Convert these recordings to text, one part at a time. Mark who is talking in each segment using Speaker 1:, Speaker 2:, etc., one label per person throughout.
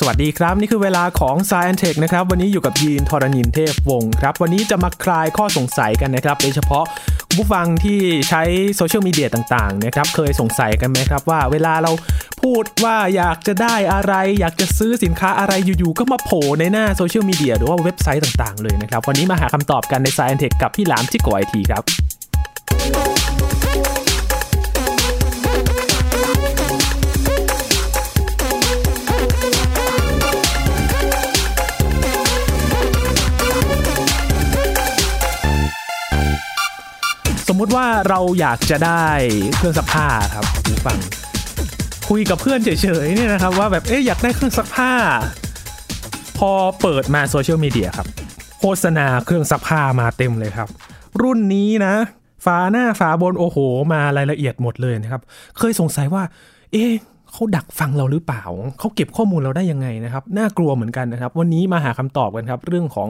Speaker 1: สวัสดีครับ นี่คือเวลาของ s ซ i e n t e c h นะครับ วันนี้อยู่กับยีนทรณินเทพวงศ์ครับ วันนี้จะมาคลายข้อสงสัยกันนะครับ โดยเฉพาะคุณผู้ฟังที่ใช้โซเชียลมีเดียต่างๆนะครับ เคยสงสัยกันไหมครับว่าเวลาเราพูดว่าอยากจะได้อะไร อยากจะซื้อสินค้าอะไรอยู่ๆ ก็มาโผล่ในหน้าโซเชียลมีเดียหรือว่าเว็บไซต์ต่างๆเลยนะครับ วันนี้มาหาคำตอบกันใน s ซ i e n t e c h กับพี่หลามที่ก่อไอทีครับ สมมุติว่าเราอยากจะได้เครื่องซักผ้าครับคุณผู้ฟัง คุยกับเพื่อนเฉยๆเนี่ยนะครับ ว่าแบบเอ๊ะอยากได้เครื่องซักผ้า พอเปิดมาโซเชียลมีเดียครับ โฆษณาเครื่องซักผ้ามาเต็มเลยครับ รุ่นนี้นะ ฝาหน้าฝาบนโอ้โห มารายละเอียดหมดเลยนะครับ เคยสงสัยว่า เอ๊ะเขาดักฟังเราหรือเปล่า เขาเก็บข้อมูลเราได้ยังไงนะครับ น่ากลัวเหมือนกันนะครับ วันนี้มาหาคำตอบกันครับ เรื่องของ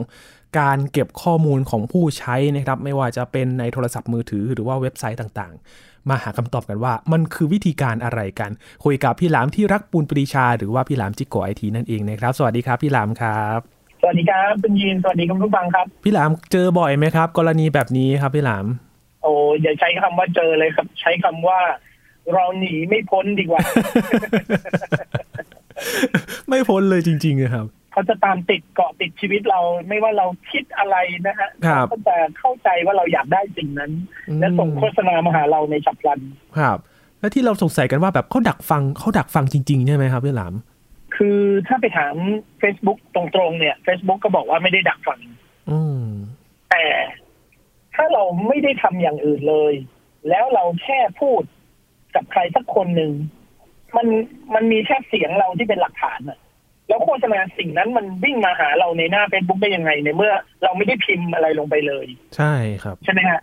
Speaker 1: การเก็บข้อมูลของผู้ใช้นะครับ ไม่ว่าจะเป็นในโทรศัพท์มือถือหรือว่าเว็บไซต์ต่างๆ มาหาคำตอบกันว่า มันคือวิธีการอะไรกัน คุยกับพี่หลามที่รักปูนปรีชา หรือว่าพี่หลามจิกโกไอทีนั่นเองนะครับ สวัสดีครับพี่หลามครับ
Speaker 2: สวัสดีครับคุณยีนสวัสดีคุณผู้ฟังครับ
Speaker 1: พี่หลามเจอบ่อยไหมครับ กรณีแบบนี้ครับพี่หลาม
Speaker 2: โอ้อย่าใช้คำว่าเจอเลยครับ ใช้คำว่าเราหนีไม่พ้นดี กว่า
Speaker 1: ไม่พ้นเลยจริงๆนะครับ
Speaker 2: เขาจะตามติดเกาะติดชีวิตเรา ไม่ว่าเราคิดอะไรนะฮะ
Speaker 1: ครับ
Speaker 2: เขาก็จะเข้าใจว่าเราอยากได้สิ่งนั้น และส่งโฆษณามาหาเราในฉับพลัน
Speaker 1: ครับ แล้วที่เราสงสัยกันว่าแบบเขาดักฟังเขาดักฟังจริงๆใช่ไหมครับพี่หลาม
Speaker 2: คือถ้าไปถาม Facebook ตรงๆเนี่ย Facebook ก็บอกว่าไม่ได้ดักฟัง
Speaker 1: อืม
Speaker 2: แต่ถ้าเราไม่ได้ทำอย่างอื่นเลย แล้วเราแค่พูดกับใครสักคนหนึ่งมันมันมีแค่เสียงเราที่เป็นหลักฐานอะแล้วโฆษณาสิ่งนั้นมันวิ่งมาหาเราในหน้า Facebook ได้ยังไงในเมื่อ เราไม่ได้พิมพ์อะไรลงไปเลย
Speaker 1: ใช่ครับ
Speaker 2: ใช่ไหมฮะ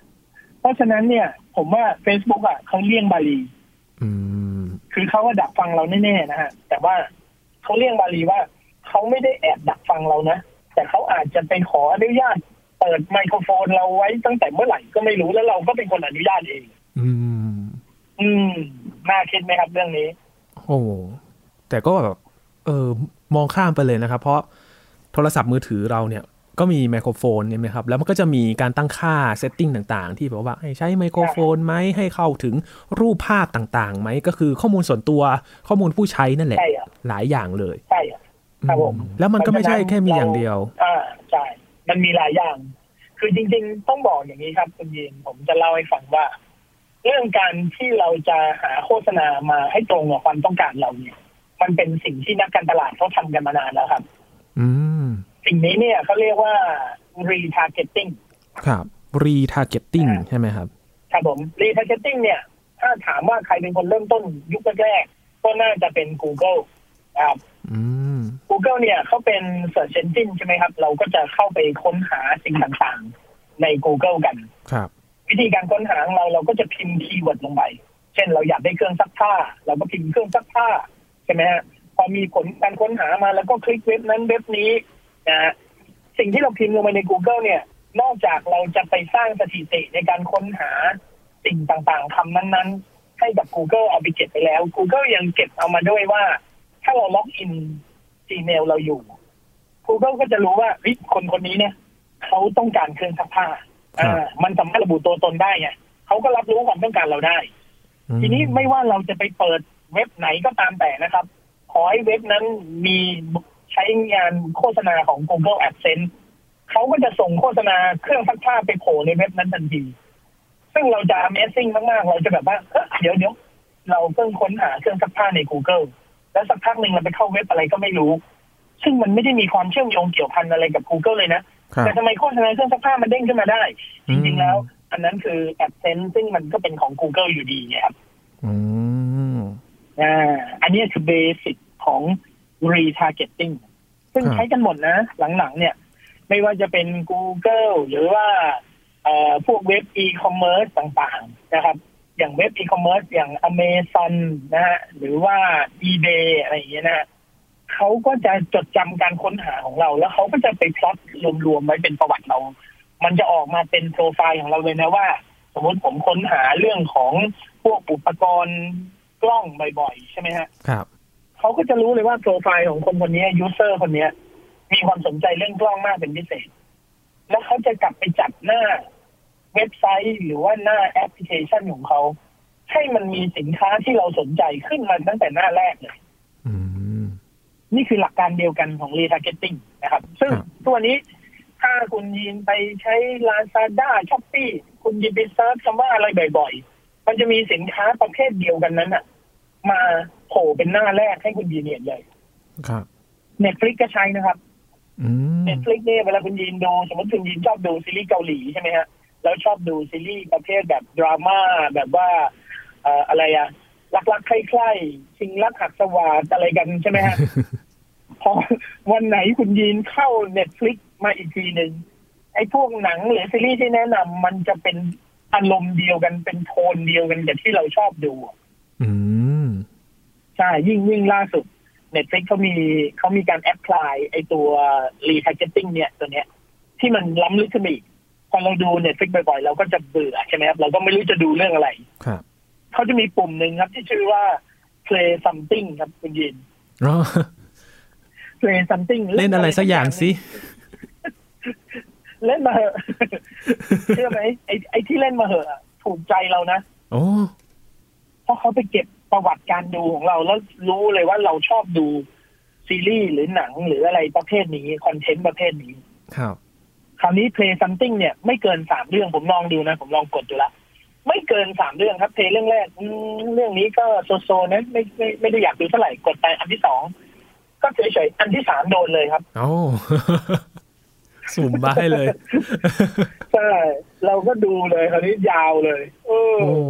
Speaker 2: เพราะฉะนั้นเนี่ย ผมว่า Facebook อ่ะเขาเลี่ยงบาลี
Speaker 1: อืม
Speaker 2: คือเขาว่าดักฟังเราแน่ๆนะฮะแต่ว่าเขาเลี่ยงบาลีว่าเขาไม่ได้แอบดักฟังเรานะ แต่เขาอาจจะไปขออนุญาต เปิดไมโครโฟนเราไว้ตั้งแต่เมื่อไหร่ก็ไม่รู้แล้วเราก็เป็นคนอนุญาตเอง
Speaker 1: อืม
Speaker 2: อืมน่าคิดไหมครับเรื่องนี้
Speaker 1: โอ้แต่ก็แบบเออมองข้ามไปเลยนะครับ เพราะโทรศัพท์มือถือเราเนี่ย ก็มีไมโครโฟนใช่ไหมครับ แล้วมันก็จะมีการตั้งค่าเซตติ้งต่างๆ ที่แบบว่าให้ใช้ไมโครโฟนไหมให้เข้าถึงรูปภาพต่างๆไหมก็คือข้อมูลส่วนตัวข้อมูลผู้ใช้นั่นแหละ
Speaker 2: ใช่อะ
Speaker 1: หลายอย่างเลย
Speaker 2: ใช่อะ ครับผม
Speaker 1: อืแล้วมันก็ไม่ใช่แค่มีอย่างเดียว
Speaker 2: อ่าใช่มันมีหลายอย่าง คือจริง ๆ ต้องบอกอย่างนี้ครับคุณยีนผมจะเล่าให้ฟังว่า เรื่องการที่เราจะหาโฆษณามาให้ตรงกับความต้องการเราเนี่ย มันเป็นสิ่งที่นักการตลาดเขาทำกันมานานแล้วครับ
Speaker 1: อืม
Speaker 2: สิ่งนี้เนี่ยเขาเรียกว่า retargeting
Speaker 1: ครับ retargeting
Speaker 2: อ่า
Speaker 1: ใช่ไหมครับ
Speaker 2: ครับผม retargeting เนี่ย ถ้าถามว่าใครเป็นคนเริ่มต้นยุคแรกๆก็น่าจะเป็น Google อ่า
Speaker 1: อืม
Speaker 2: Google เนี่ยเขาเป็น search engine ใช่ไหมครับ เราก็จะเข้าไปค้นหาสิ่งต่างๆ ใน Google กัน
Speaker 1: ครับ
Speaker 2: วิธีการค้นหาของเราเราก็จะพิมพ์คีย์เวิร์ดลงไป เช่นเราอยากได้เครื่องซักผ้า เราก็พิมพ์เครื่องซักผ้าใช่ไหมฮะพอมีผลการค้นหามาแล้วก็คลิกเว็บนั้นเว็บนี้นะฮะสิ่งที่เราพิมพ์ลงไปใน Google เนี่ย นอกจากเราจะไปสร้างสถิติในการค้นหาสิ่งต่างๆคำนั้นๆ ให้กับ Google เอาไปเก็บไปแล้ว Google ยังเก็บเอามาด้วยว่า ถ้าเราล็อกอิน Gmail เราอยู่ Google ก็จะรู้ว่าเฮ้ยคนคนนี้เนี่ยเขาต้องการเครื่องซักผ้า อ่ามันสามารถระบุตัวตนได้ไงเขาก็รับรู้ความต้องการเราได้
Speaker 1: อื
Speaker 2: ทีนี้ไม่ว่าเราจะไปเปิดเว็บไหนก็ตามแต่นะครับ ขอให้เว็บนั้นมีใช้งานโฆษณาของ Google AdSense เขาก็จะส่งโฆษณาเครื่องซักผ้าไปโผล่ในเว็บนั้นทันที ซึ่งเราจะ Amazing มาก ๆ เราจะแบบว่าเอ้อเดี๋ยวเดี๋ยวเราเพิ่งค้นหาเครื่องซักผ้าใน Google แล้วสักพักหนึ่งเราไปเข้าเว็บอะไรก็ไม่รู้ ซึ่งมันไม่ได้มีความเชื่อมโยงเกี่ยวพันอะไรกับ Google เลยนะ
Speaker 1: ครับ
Speaker 2: แต่ทำไมโฆษณาเครื่องซักผ้ามันเด้งขึ้นมาได้
Speaker 1: อื
Speaker 2: จ
Speaker 1: ม
Speaker 2: ริงๆแล้ว อันนั้นคือ AdSense ซึ่งมันก็เป็นของ Google อยู่ดีไงครับ
Speaker 1: อืม
Speaker 2: อ่าอันนี้คือเบสิกของ retargeting ซึ่ง
Speaker 1: ครับ
Speaker 2: ใช้กันหมดนะ หลังๆ เนี่ย ไม่ว่าจะเป็น Google หรือว่าเอ่อพวกเว็บ e-commerce ต่างๆ นะครับ อย่างเว็บ e-commerce อย่าง Amazon นะฮะหรือว่า eBay อะไรอย่างเงี้ยนะฮะเขาก็จะจดจำการค้นหาของเรา แล้วเขาก็จะไปพล็อตรวมๆไว้เป็นประวัติเรา มันจะออกมาเป็นโปรไฟล์ของเราเลยนะว่า สมมติผมค้นหาเรื่องของพวกอุปกรณ์กล้องบ่อยๆ ใช่ไหมฮะ
Speaker 1: ครับ
Speaker 2: เขาก็จะรู้เลยว่าโปรไฟล์ของคนคนนี้ยูเซอร์คนเนี้ย มีความสนใจเรื่องกล้องมากเป็นพิเศษ แล้วเขาจะกลับไปจัดหน้าเว็บไซต์หรือว่าหน้าแอปพลิเคชันของเขา ให้มันมีสินค้าที่เราสนใจขึ้นมาตั้งแต่หน้าแรกเลย
Speaker 1: อืม
Speaker 2: นี่คือหลักการเดียวกันของ retargeting นะครับ ซึ่ง
Speaker 1: ครับ
Speaker 2: ตัวนี้ถ้าคุณยินไปใช้ Lazada Shopee คุณยินไปเซิร์ชคำว่าอะไรบ่อยๆ มันจะมีสินค้าประเภทเดียวกันนั้นอะมาโผล่เป็นหน้าแรกให้คุณยินเห็นเลย
Speaker 1: ครับ
Speaker 2: Netflix ก็ใช้นะครับ
Speaker 1: อืม
Speaker 2: Netflix เนี่ยเวลาคุณยินดู สมมติคุณยินชอบดูซีรีส์เกาหลีใช่ไหมฮะ แล้วชอบดูซีรีส์ประเภทแบบดราม่าแบบว่าเอ่ออะไรอะรักๆใคร่ๆชิงรักหักสวาดอะไรกันใช่ไหม ฮะ พอวันไหนคุณยีนเข้าเน็ตฟลิกมาอีกทีหนึ่งไอ้พวกหนังหรือซีรีส์ที่แนะนำมันจะเป็นอารมณ์เดียวกันเป็นโทนเดียวกันกับที่เราชอบดู
Speaker 1: อืม
Speaker 2: ใช่ ยิ่งยิ่งล่าสุดเน็ตฟลิกเขามีเขามีการแอพพลายไอตัวรีท r g เก็ตติ้งเนี่ยตัวเนี้ย ที่มันล้ำลึกขึ้นไปอีกพอเราดูเน็ตฟลิกบ่อยๆ เราก็จะเบื่อใช่ไหมครับ เราก็ไม่รู้จะดูเรื่องอะไร
Speaker 1: ครับ
Speaker 2: เขาจะมีปุ่มหนึ่งครับ ที่ชื่อว่า play something ครับคุณยีน
Speaker 1: อ๋อ
Speaker 2: play something
Speaker 1: เล่นอะไรสักอย่างสิ
Speaker 2: เล่นมาเหอะ เชื่อไหมไอ้ไอ้ที่เล่นมาเหอะอะถูกใจเรานะ
Speaker 1: โอ้
Speaker 2: เพราะเขาไปเก็บประวัติการดูของเราแล้วรู้เลยว่าเราชอบดูซีรีส์หรือหนังหรืออะไรประเภทนี้ คอนเทนต์ประเภทนี้
Speaker 1: ครับ
Speaker 2: คราวนี้ play something เนี่ยไม่เกินสามเรื่องผมลองดูนะ ผมลองกดดูละ ไม่เกินสามเรื่องครับ เพลเรื่องแรกอืมเรื่องนี้ก็โซโซนะไม่ไม่ไม่ได้อยากดูเท่าไหร่กดไปอันที่สองก็เฉยๆอันที่สามโดนเลยครับ
Speaker 1: เอา สุ่มมาให้เลย
Speaker 2: ใช่เราก็ดูเลยคราวนี้ยาวเลยเออ
Speaker 1: โอ้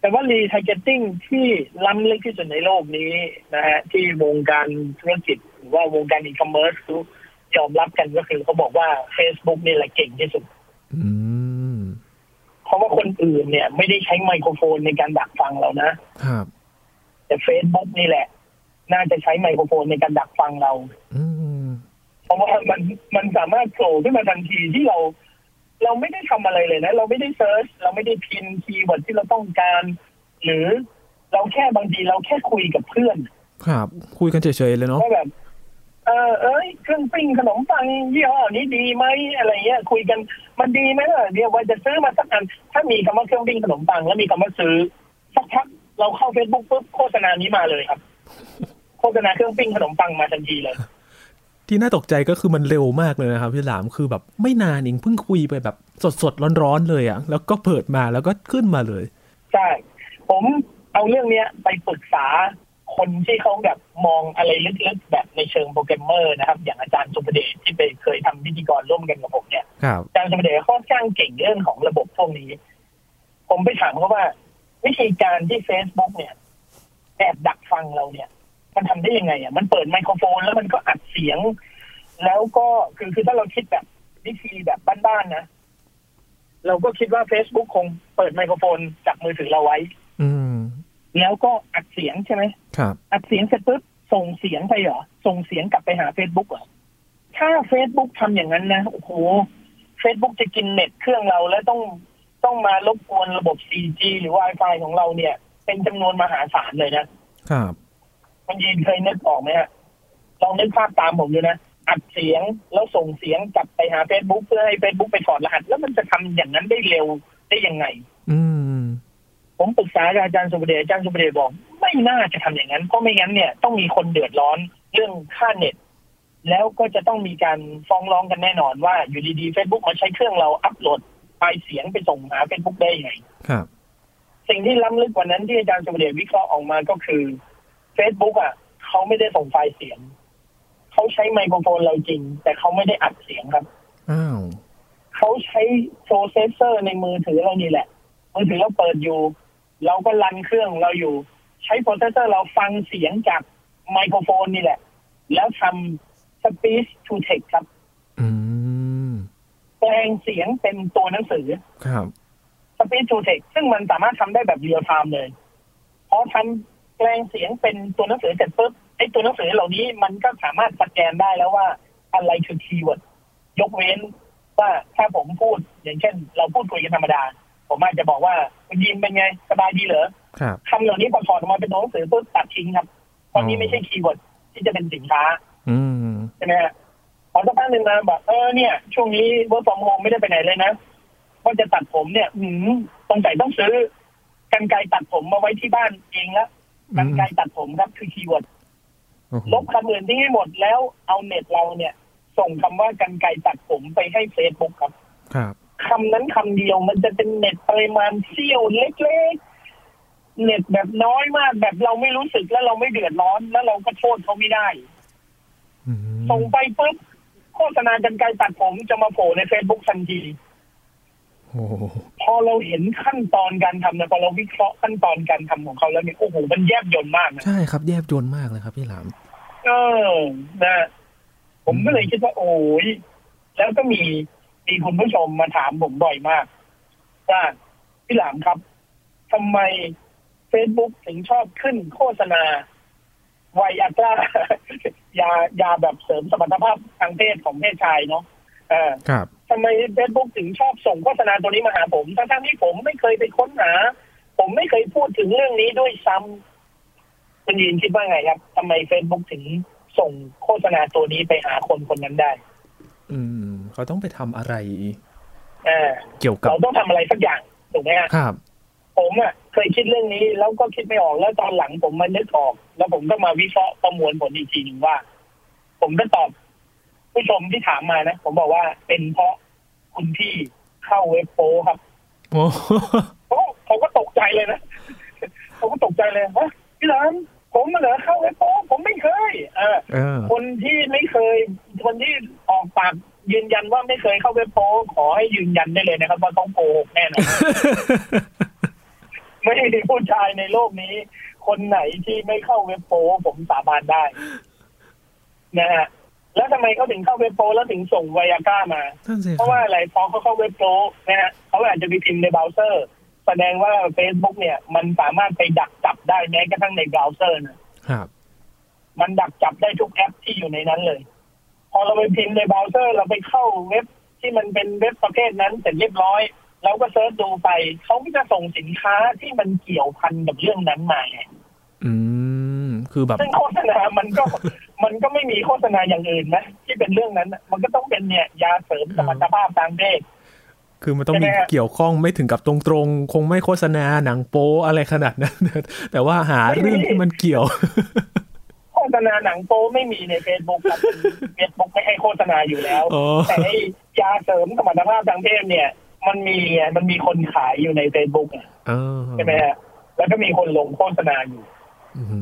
Speaker 2: แต่ว่ารีท r g เก็ตติ้งที่ล้ำลึกที่สุดในโลกนี้นะฮะที่วงการธุรกิจหรือว่าวงการอีคอมเมิร์ซยอมรับกันก็คือเขาบอกว่า Facebook นี่แหละเก่งที่สุด
Speaker 1: อืม
Speaker 2: เพราะว่าคนอื่นเนี่ยไม่ได้ใช้ไมโครโฟนในการดักฟังเรานะ
Speaker 1: ครับ
Speaker 2: แต่ Facebook นี่แหละ น่าจะใช้ไมโครโฟนในการดักฟังเรา
Speaker 1: อืม
Speaker 2: เพราะว่ามันมันสามารถโผล่ขึ้นมาทันทีที่เรา เราไม่ได้ทำอะไรเลยนะ เราไม่ได้เซิร์ชเราไม่ได้พิมพ์คีย์เวิร์ดที่เราต้องการ หรือเราแค่บางทีเราแค่คุยกับเพื่อน
Speaker 1: ครับ คุยกันเฉยๆเลยเนาะ
Speaker 2: ว่าแบบเออเอ้ยเครื่องปิ้งขนมปังยี่ห้อนี้ดีไหมอะไรเงี้ย คุยกันมันดีไหมล่ะเดี๋ยวว่าจะซื้อมาสักอันถ้ามีคำว่าเครื่องปิ้งขนมปังแล้วมีคำว่าซื้อสักพักเราเข้าเฟซบุ๊กปุ๊บโฆษณานี้มาเลย ครับ โฆษณาเครื่องปิ้งขนมปังมาทันทีเลย
Speaker 1: ที่น่าตกใจก็คือมันเร็วมากเลยนะครับพี่หลามคือแบบไม่นานเองเพิ่งคุยไปแบบสดๆร้อนๆเลยอะแล้วก็เปิดมาแล้วก็ขึ้นมาเลย
Speaker 2: ใช่ผมเอาเรื่องเนี้ยไปปรึกษาคนที่เขาแบบมองอะไรลึกๆแบบในเชิงโปรแกรมเมอร์นะครับ อย่างอาจารย์สุภเดชที่ไปเคยทำพิธีกรร่วมกันกับผมเนี่ย
Speaker 1: ครับ
Speaker 2: อาจารย์สมเด็จค่อนข้างเก่งเรื่องของระบบพวกนี้ ผมไปถามเขาว่า วิธีการที่ Facebook เนี่ยแอบดักฟังเราเนี่ย มันทำได้ยังไงอ่ะมันเปิดไมโครโฟนแล้วมันก็อัดเสียง แล้วก็คือคือถ้าเราคิดแบบวิธีแบบบ้านๆนะ เราก็คิดว่า Facebook คงเปิดไมโครโฟนจากมือถือเราไว้
Speaker 1: อืม
Speaker 2: แล้วก็อัดเสียงใช่ไหม
Speaker 1: ครับ
Speaker 2: อัดเสียงเสร็จปุ๊บส่งเสียงไปเหรอ ส่งเสียงกลับไปหา Facebook เหรอ ถ้า Facebook ทำอย่างนั้นนะ โอ้โห Facebook จะกินเน็ตเครื่องเราแล้วต้องต้องมารบกวนระบบ 4G หรือ Wi-Fi ของเราเนี่ย เป็นจำนวนมหาศาลเลยนะ
Speaker 1: ครับ
Speaker 2: มันยินเคยนึกออกไหมฮะลองนึกภาพตามผมดูนะ อัดเสียงแล้วส่งเสียงกลับไปหา Facebook เพื่อให้ Facebook ไปถอดรหัส แล้วมันจะทำอย่างนั้นได้เร็วได้ยังไง
Speaker 1: อืม
Speaker 2: ผมปรึกษากับอาจารย์สุประเดชอาจารย์สุประเดชบอก ไม่น่าจะทำอย่างนั้น เพราะไม่งั้นเนี่ยต้องมีคนเดือดร้อนเรื่องค่าเน็ต แล้วก็จะต้องมีการฟ้องร้องกันแน่นอนว่าอยู่ดีๆ Facebook มาใช้เครื่องเราอัปโหลดไฟล์เสียงไปส่งหา Facebook ได้ยังไง
Speaker 1: ครับ
Speaker 2: สิ่งที่ล้ำลึกกว่านั้นที่อาจารย์สุประเดชวิเคราะห์ออกมาก็คือ Facebook อ่ะเขาไม่ได้ส่งไฟล์เสียง เขาใช้ไมโครโฟนเราจริง แต่เขาไม่ได้อัดเสียงครับ
Speaker 1: อ้าว
Speaker 2: เขาใช้โปรเซสเซอร์ในมือถือเรานี่แหละ มือถือเราเปิดอยู่ เราก็รันเครื่องเราอยู่ ใช้โปรเซสเซอร์เราฟังเสียงจากไมโครโฟนนี่แหละ แล้วทำ speech to text ครับ
Speaker 1: อืม
Speaker 2: แปลงเสียงเป็นตัวหนังสือ
Speaker 1: ครับ
Speaker 2: speech to text ซึ่งมันสามารถทำได้แบบเรียลไทม์เลยพอทำแปลงเสียงเป็นตัวหนังสือเสร็จปุ๊บไอ้ตัวหนังสือเหล่านี้มันก็สามารถสแกนได้แล้วว่าอะไรคือคีย์เวิร์ดยกเว้นว่าถ้าผมพูดอย่างเช่น เราพูดคุยกันธรรมดา ผมอาจจะบอกว่าคุณยินเป็นไง สบายดีเหรอ
Speaker 1: ครับ
Speaker 2: คำเหล่านี้พอถอดออกมาเป็นตัวหนังสือปุ๊บตัดทิ้งครับ ไม ตอนนี้ไม่ใช่คีย์เวิร์ดที่จะเป็นสินค้า
Speaker 1: อืม
Speaker 2: ใช่ไหมฮะพอสักพักหนึ่งมาบอกเออเนี่ย ช่วงนี้เวิร์กฟอร์มโฮมไม่ได้ไปไหนเลยนะว่าจะตัดผมเนี่ย อืมตรงใจต้องซื้อกันไกรตัดผมมาไว้ที่บ้านเองละ
Speaker 1: อืม
Speaker 2: กันไกรตัดผมครับคือคีย์เวิร์ด
Speaker 1: โอ้โห
Speaker 2: ลบคำอื่นทิ้งให้หมดแล้วเอาเน็ตเราเนี่ย ส่งคำว่ากันไกรตัดผมไปให้เฟซบุ๊กครับ
Speaker 1: ครับ
Speaker 2: คำนั้นคำเดียวมันจะเป็นเน็ตปริมาณเซี่ยวเล็กๆ เน็ตแบบน้อยมากแบบเราไม่รู้สึกแล้วเราไม่เดือดร้อน แล้วเราก็โทษเขาไม่ได้
Speaker 1: อืม
Speaker 2: ส่งไปปุ๊บโฆษณากันไกลตัดผมจะมาโผล่ใน Facebook ทันที
Speaker 1: โอ้โห
Speaker 2: พอเราเห็นขั้นตอนการทำนะพอเราวิเคราะห์ขั้นตอนการทำของเขาแล้วเนี่ยโอ้โหมันแยบยลมากนะ
Speaker 1: ใช่ครับแยบยลมากเลยครับพี่หลาม
Speaker 2: เออนะ ผมก็เลยคิดว่า โอ้ยแล้วก็มีมีคุณผู้ชมมาถามผมบ่อยมากว่าพี่หลามครับทำไม Facebook ถึงชอบขึ้นโฆษณาไวอาก้า ยายาแบบเสริมสมรรถภาพทางเพศของเพศชายเนาะเออ
Speaker 1: ครับ
Speaker 2: ทำไม Facebook ถึงชอบส่งโฆษณาตัวนี้มาหาผม ทั้งๆที่ผมไม่เคยไปค้นหา ผมไม่เคยพูดถึงเรื่องนี้ด้วยซ้ำคุณยินคิดว่าไงครับทำไม Facebook ถึงส่งโฆษณาตัวนี้ไปหาคนคนนั้นได้
Speaker 1: อืมเขาต้องไปทำอะไร
Speaker 2: อ่า
Speaker 1: เกี่ยวกับ
Speaker 2: เราต้องทำอะไรสักอย่างถูกไหมฮะ
Speaker 1: ครับ
Speaker 2: ผมอ่ะเคยคิดเรื่องนี้แล้วก็คิดไม่ออกแล้วตอนหลังผมมานึกออก แล้วผมก็มาวิเคราะห์ประมวลผลอีกทีหนึงว่า ผมก็ตอบ ผู้ชมที่ถามมานะ ผมบอกว่าเป็นเพราะคุณพี่เข้าเว็บโป้ครับ
Speaker 1: โอ้
Speaker 2: เขาเขาก็ตกใจเลยนะเขาก็ตกใจเลยฮะพี่หลานผมมาเหรอเข้าไอโฟผมไม่เคยเออ
Speaker 1: เออ
Speaker 2: คนที่ไม่เคย คนที่ออกปากยืนยันว่าไม่เคยเข้าเว็บโปขอให้ยืนยันได้เลยนะครับว่าต้องโกหกแน่นอน ไม่มีผู้ชายในโลกนี้ คนไหนที่ไม่เข้าเว็บโปผมสาบานได้นะฮะแล้วทำไมเขาถึงเข้าเว็บโปแล้วถึงส่งไวอาก้ามา
Speaker 1: นั่นสิค
Speaker 2: เพราะว่าอะไรพอเขาเข้าเว็บโปรนะฮะเขาอาจจะไปพิมพ์ในเบราว์เซอร์ แสดงว่า Facebook เนี่ย มันสามารถไปดักจับได้แม้กระทั่งในเบราว์เซอร์นะครับ มันดักจับได้ทุกแอปที่อยู่ในนั้นเลย พอเราไปพิมพ์ในเบราว์เซอร์ เราไปเข้าเว็บที่มันเป็นเว็บประเภทนั้นเสร็จเรียบร้อยเราก็เซิร์ชดูไปเขาก็จะส่งสินค้าที่มันเกี่ยวพันกับเรื่องนั้นมาไง
Speaker 1: อืม คือแบบ
Speaker 2: ซึ่งโฆษณามันก็ มันก็ไม่มีโฆษณาอย่างอื่นนะที่เป็นเรื่องนั้นน่ะมันก็ต้องเป็นเนี่ยยาเสริมสมรรถภาพทางเพศ
Speaker 1: คือมันต้องมี
Speaker 2: ใช่ไหมฮะ
Speaker 1: เกี่ยวข้องไม่ถึงกับตรงๆ คงไม่โฆษณาหนังโป๊อะไรขนาดนั้น แต่ว่าหาเรื่องที่มันเกี่ยว
Speaker 2: โฆษณาหนังโป้ไม่มีในเฟซบุ๊กครับ เฟซบุ๊กไม่ให้โฆษณาอยู่แล้ว
Speaker 1: อ๋อ
Speaker 2: แต่ไอ้ยาเสริมสมรรถภาพทางเพศเนี่ย มันมีไงมันมีคนขายอยู่ในเฟซบุ๊ก
Speaker 1: เออ
Speaker 2: ใช่ไหมฮะแล้วก็มีคนลงโฆษณาอยู่
Speaker 1: อื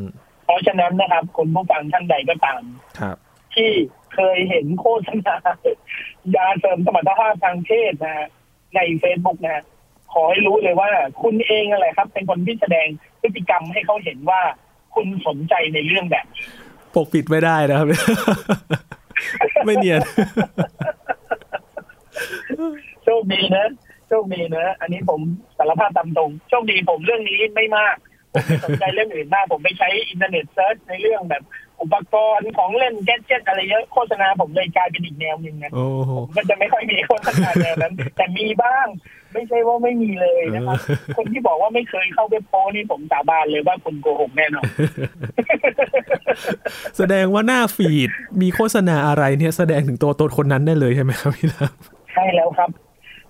Speaker 1: ม
Speaker 2: เพราะฉะนั้นนะครับคุณผู้ฟังท่านใดก็ตาม
Speaker 1: ครับ
Speaker 2: ที่เคยเห็นโฆษณา ยาเสริมสมรรถภาพทางเพศนะฮะในเฟซบุ๊กนะฮะขอให้รู้เลยว่า คุณเองอะไรครับ เป็นคนที่แสดงพฤติกรรมให้เขาเห็นว่าคุณสนใจในเรื่องแบบนี้
Speaker 1: ปกปิดไม่ได้นะครับ ไม่เนีย น
Speaker 2: โชคดีนะโชคดีนะ อันนี้ผมสารภาพตามตรงโชคดีผมเรื่องนี้ไม่มาก ผมไม่สนใจเรื่องอื่นมาก ผมไปใช้อินเทอร์เน็ตเซิร์ชในเรื่องแบบ อุปกรณ์ของเล่นแกดเจ็ตอะไรเยอะโฆษณาผมเลยกลายเป็นอีกแนวหนึ่งนะ
Speaker 1: โอ้โห
Speaker 2: มันจะไม่ค่อยมีโฆษณาแนวนั้น แต่มีบ้าง ไม่ใช่ว่าไม่มีเลยนะครับ
Speaker 1: เออ
Speaker 2: คนที่บอกว่าไม่เคยเข้าเว็บโป้นี่ผมสาบานเลยว่าคุณโกหกแน่นอน
Speaker 1: แสดงว่าหน้าฟีดมีโฆษณาอะไรเนี่ยแสดงถึงตัวตนคนนั้นได้เลยใช่ไหมครับพี่ลาม
Speaker 2: ใช่แล้วครับ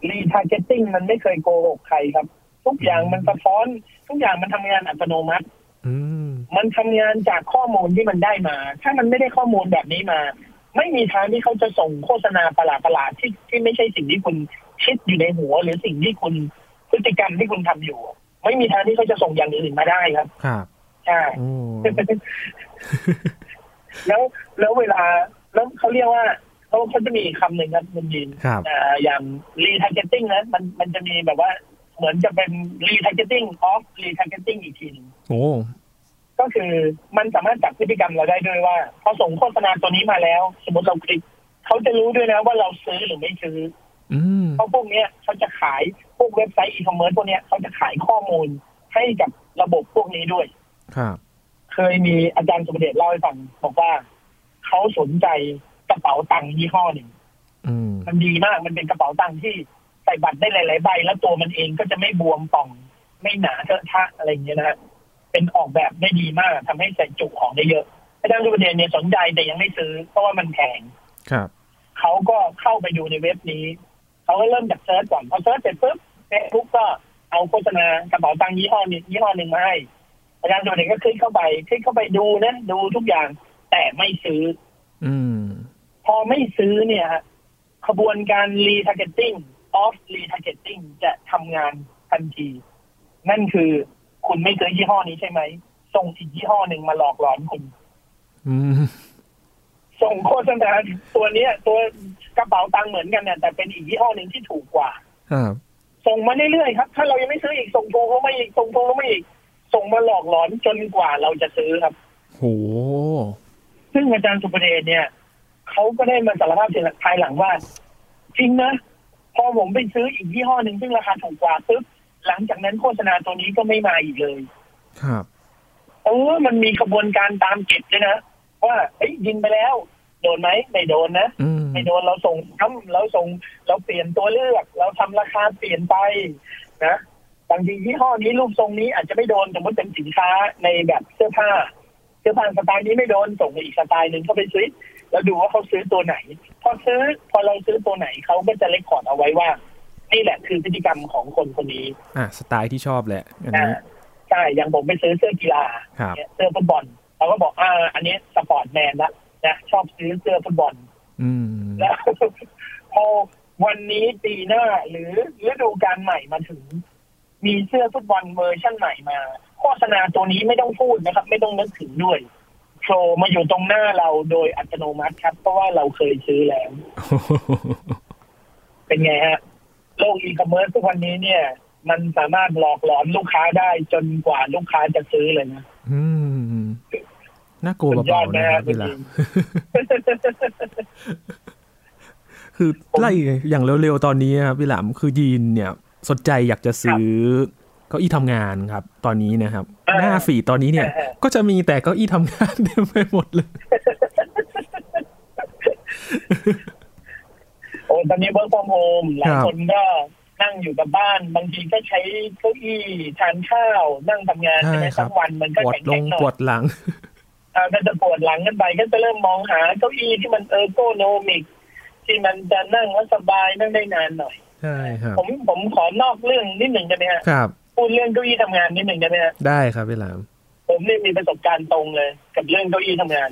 Speaker 2: รีทาร์เก็ตติ้งมันไม่เคยโกหกใครครับ ทุกอย่างมันสะท้อน ทุกอย่างมันทำงานอัตโนมัติ
Speaker 1: อืม
Speaker 2: มันทำงานจากข้อมูลที่มันได้มา ถ้ามันไม่ได้ข้อมูลแบบนี้มา ไม่มีทางที่เขาจะส่งโฆษณาประหลาดๆที่ที่ไม่ใช่สิ่งที่คุณคิดอยู่ในหัว หรือสิ่งที่คุณพฤติกรรมที่คุณทำอยู่ ไม่มีทางที่เขาจะส่งอย่างอื่นมาได้ครับ
Speaker 1: ครับ
Speaker 2: ใช่
Speaker 1: โอ้
Speaker 2: แล้วแล้วเวลาแล้วเขาเรียกว่าเขาเขาจะมีอีกคำหนึ่งครับคุณยิน
Speaker 1: ครับ
Speaker 2: อ่าอย่าง retargeting นะมันมันจะมีแบบว่าเหมือนจะเป็น retargeting of retargeting อีกทีหนึง
Speaker 1: โอ้
Speaker 2: ก็คือมันสามารถจับพฤติกรรมเราได้ด้วยว่าพอส่งโฆษณาตัวนี้มาแล้ว สมมติเราคลิกเขาจะรู้ด้วยนะว่าเราซื้อหรือไม่ซื้อ
Speaker 1: อืม
Speaker 2: เพราะพวกเนี้ยเขาจะขายพวกเว็บไซต์อีคอมเมิร์ซพวกเนี้ยเขาจะขายข้อมูลให้กับระบบพวกนี้ด้วย
Speaker 1: ครับ
Speaker 2: เคยมีอาจารย์สมเด็จเล่าให้ฟังบอกว่าเขาสนใจกระเป๋าตังค์ยี่ห้อหนึ่ง
Speaker 1: อืม
Speaker 2: มันดีมากมันเป็นกระเป๋าตังค์ที่ใส่บัตรได้หลาย ๆ ใบ แล้วตัวมันเองก็จะไม่บวมป่อง ไม่หนาเทอะทะอะไรอย่างเงี้ยนะฮะ เป็นออกแบบได้ดีมากทำให้ใส่จุของได้เยอะอาจารย์สุประเดชเนี่ยสนใจแต่ยังไม่ซื้อเพราะว่ามันแพง
Speaker 1: ครับ
Speaker 2: เขาก็เข้าไปดูในเว็บนี้ เขาก็เริ่มจากเซิร์ชก่อนพอเซิร์ชเสร็จปุ๊บเฟซบุ๊กก็เอาโฆษณากระเป๋าตังค์ยี่ห้อนี้ยี่ห้อหนึ่งมาให้อาจารย์สุวเดชก็คลิกเข้าไปคลิกเข้าไปดูนะดูทุกอย่างแต่ไม่ซื้อ
Speaker 1: อืม
Speaker 2: พอไม่ซื้อเนี่ยฮะขบวนการ retargeting off retargeting จะทำงานทันที นั่นคือคุณไม่ซื้อยี่ห้อนี้ใช่ไหมส่งอีกยี่ห้อหนึ่งมาหลอกหลอนคุณ
Speaker 1: อืม
Speaker 2: ส่งโฆษณาตัวเนี้ย ตัวกระเป๋าตังค์เหมือนกันเนี่ยแต่เป็นอีกยี่ห้อหนึ่งที่ถูกกว่า
Speaker 1: ครับ
Speaker 2: ส่งมาเรื่อยๆครับ ถ้าเรายังไม่ซื้ออีกส่งโทรเข้ามาอีกส่งโทรเข้ามาอีก ส่งมาหลอกหลอนจนกว่าเราจะซื้อครับ
Speaker 1: โห
Speaker 2: ซึ่งอาจารย์สุประเดชเนี่ยเขาก็ได้มาสารภาพภายหลังว่า จริงนะ พอผมไปซื้ออีกยี่ห้อหนึ่งซึ่งราคาถูกกว่าปุ๊บหลังจากนั้นโฆษณาตัวนี้ก็ไม่มาอีกเลย
Speaker 1: ครับ
Speaker 2: เออมันมีกระบวนการตามเก็บด้วยนะ ว่าเอ้ยยิงไปแล้ว โดนไหมไม่โดนนะ
Speaker 1: อืม
Speaker 2: ไม่โดนเราส่งทำเราส่งเราเปลี่ยนตัวเลือก เราทำราคาเปลี่ยนไปนะบางทียี่ห้อนี้รูปทรงนี้อาจจะไม่โดนสมมติเป็นสินค้าในแบบเสื้อผ้า เสื้อผ้าสไตล์นี้ไม่โดนส่งไปอีกสไตล์หนึ่งเข้าไปซื้อแล้วดูว่าเขาซื้อตัวไหน พอซื้อพอเราซื้อตัวไหนเขาก็จะเลคคอร์ดเอาไว้ว่า นี่แหละคือพฤติกรรมของคนคนนี้
Speaker 1: อ่ะ สไตล์ที่ชอบแหละ อัน
Speaker 2: อ่า
Speaker 1: นี้
Speaker 2: ใช่อย่างผมไปซื้อเสื้อกีฬา
Speaker 1: ครับ
Speaker 2: เนี่ยเสื้อฟุตบอลเราก็บอกอ่าอันนี้สปอร์ตแมนละนะชอบซื้อเสื้อฟุตบอล
Speaker 1: อืม
Speaker 2: แล้วพอวันนี้ปีหน้าหรือฤดูกาลใหม่มาถึง มีเสื้อฟุตบอลเวอร์ชั่นใหม่มา โฆษณาตัวนี้ไม่ต้องพูดนะครับ ไม่ต้องนึกถึงด้วยโผล่มาอยู่ตรงหน้าเราโดยอัตโนมัติครับ เพราะว่าเราเคยซื้อแล้ว เป็นไงฮะ โลกอีคอมเมิร์ซทุกวันนี้เนี่ย มันสามารถหลอกหลอนลูกค้าได้จนกว่าลูกค้าจะซื้อเลยนะ
Speaker 1: อืม น่ากลัวเบาๆนะครับ
Speaker 2: สุ
Speaker 1: เว
Speaker 2: ดยอดนะ
Speaker 1: ลา
Speaker 2: จริง
Speaker 1: คือไล่อย่างเร็วๆ ตอนนี้นะครับพี่หลามคือยีนเนี่ย สนใจอยากจะซื้อเก้าอี้ทำงานครับ ตอนนี้นะครับ
Speaker 2: เออ
Speaker 1: หน้าฝีดตอนนี้เนี่ย
Speaker 2: เออเออ
Speaker 1: ก็จะมีแต่เก้าอี้ทำงานเต็มไปหมดเลย
Speaker 2: โอ้ตอนนี้ work from home หลา
Speaker 1: ค
Speaker 2: ย
Speaker 1: รับ
Speaker 2: คนก็นั่งอยู่กับบ้าน บางทีก็ใช้เก้าอี้ทานข้าว นั่งทำงานใช่ไหมสักวันมันก็
Speaker 1: ปวด
Speaker 2: แข็ง
Speaker 1: ล
Speaker 2: แข็
Speaker 1: ง
Speaker 2: งหน่
Speaker 1: ปว
Speaker 2: อย
Speaker 1: ดหลัง
Speaker 2: อ่าก็จะปวดหลังกันไปก็จะเริ่มมองหาเก้าอี้ที่มันเออร์โกโนมิก ที่มันจะนั่งแล้วสบายนั่งได้นานหน่อย
Speaker 1: ใช่ครับ
Speaker 2: ผมผมขอนอกเรื่องนิดหนึ่งได้ไหมฮะ
Speaker 1: ครับ
Speaker 2: พูดเรื่องเก้าอี้ทำงานนิดหนึ่งได้ไหมฮะ
Speaker 1: ได้ครับพี่หลาม
Speaker 2: ผมเนี่ยมีประสบการณ์ตรงเลย กับเรื่องเก้าอี้ทำงาน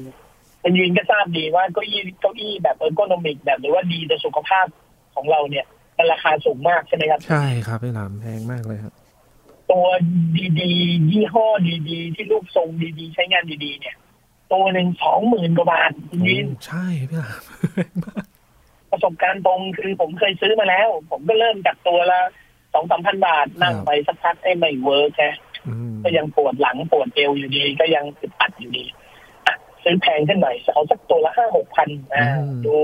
Speaker 2: คุณยินก็ทราบดีว่าเก้าอี้เก้าอี้แบบเออร์โกโนมิก แบบหรือว่าดีต่อสุขภาพของเราเนี่ยมันราคาสูงมากใช่ไหมครับ
Speaker 1: ใช่ครับพี่หลามแพงมากเลยครับ
Speaker 2: ตัวดีๆ ยี่ห้อดีๆ ที่รูปทรงดีๆ ใช้งานดีๆ เนี่ย ตัวหนึ่งสองหมื่นกว่าบาทคุณยิน
Speaker 1: ใช่พี่หลามแพงมาก
Speaker 2: ประสบการณ์ตรงคือผมเคยซื้อมาแล้ว ผมก็เริ่มจากตัวละสองสามพันบาทนั่งไปสักพักไอ้ไม่เวิร์กแค่
Speaker 1: อืม
Speaker 2: ก็ยังปวดหลังปวดเอวอยู่ดี ก็ยังอึดอัดอยู่ดีอ่ะซื้อแพงขึ้นหน่อยเอาสักตัวละห้าหกพันอ่าดู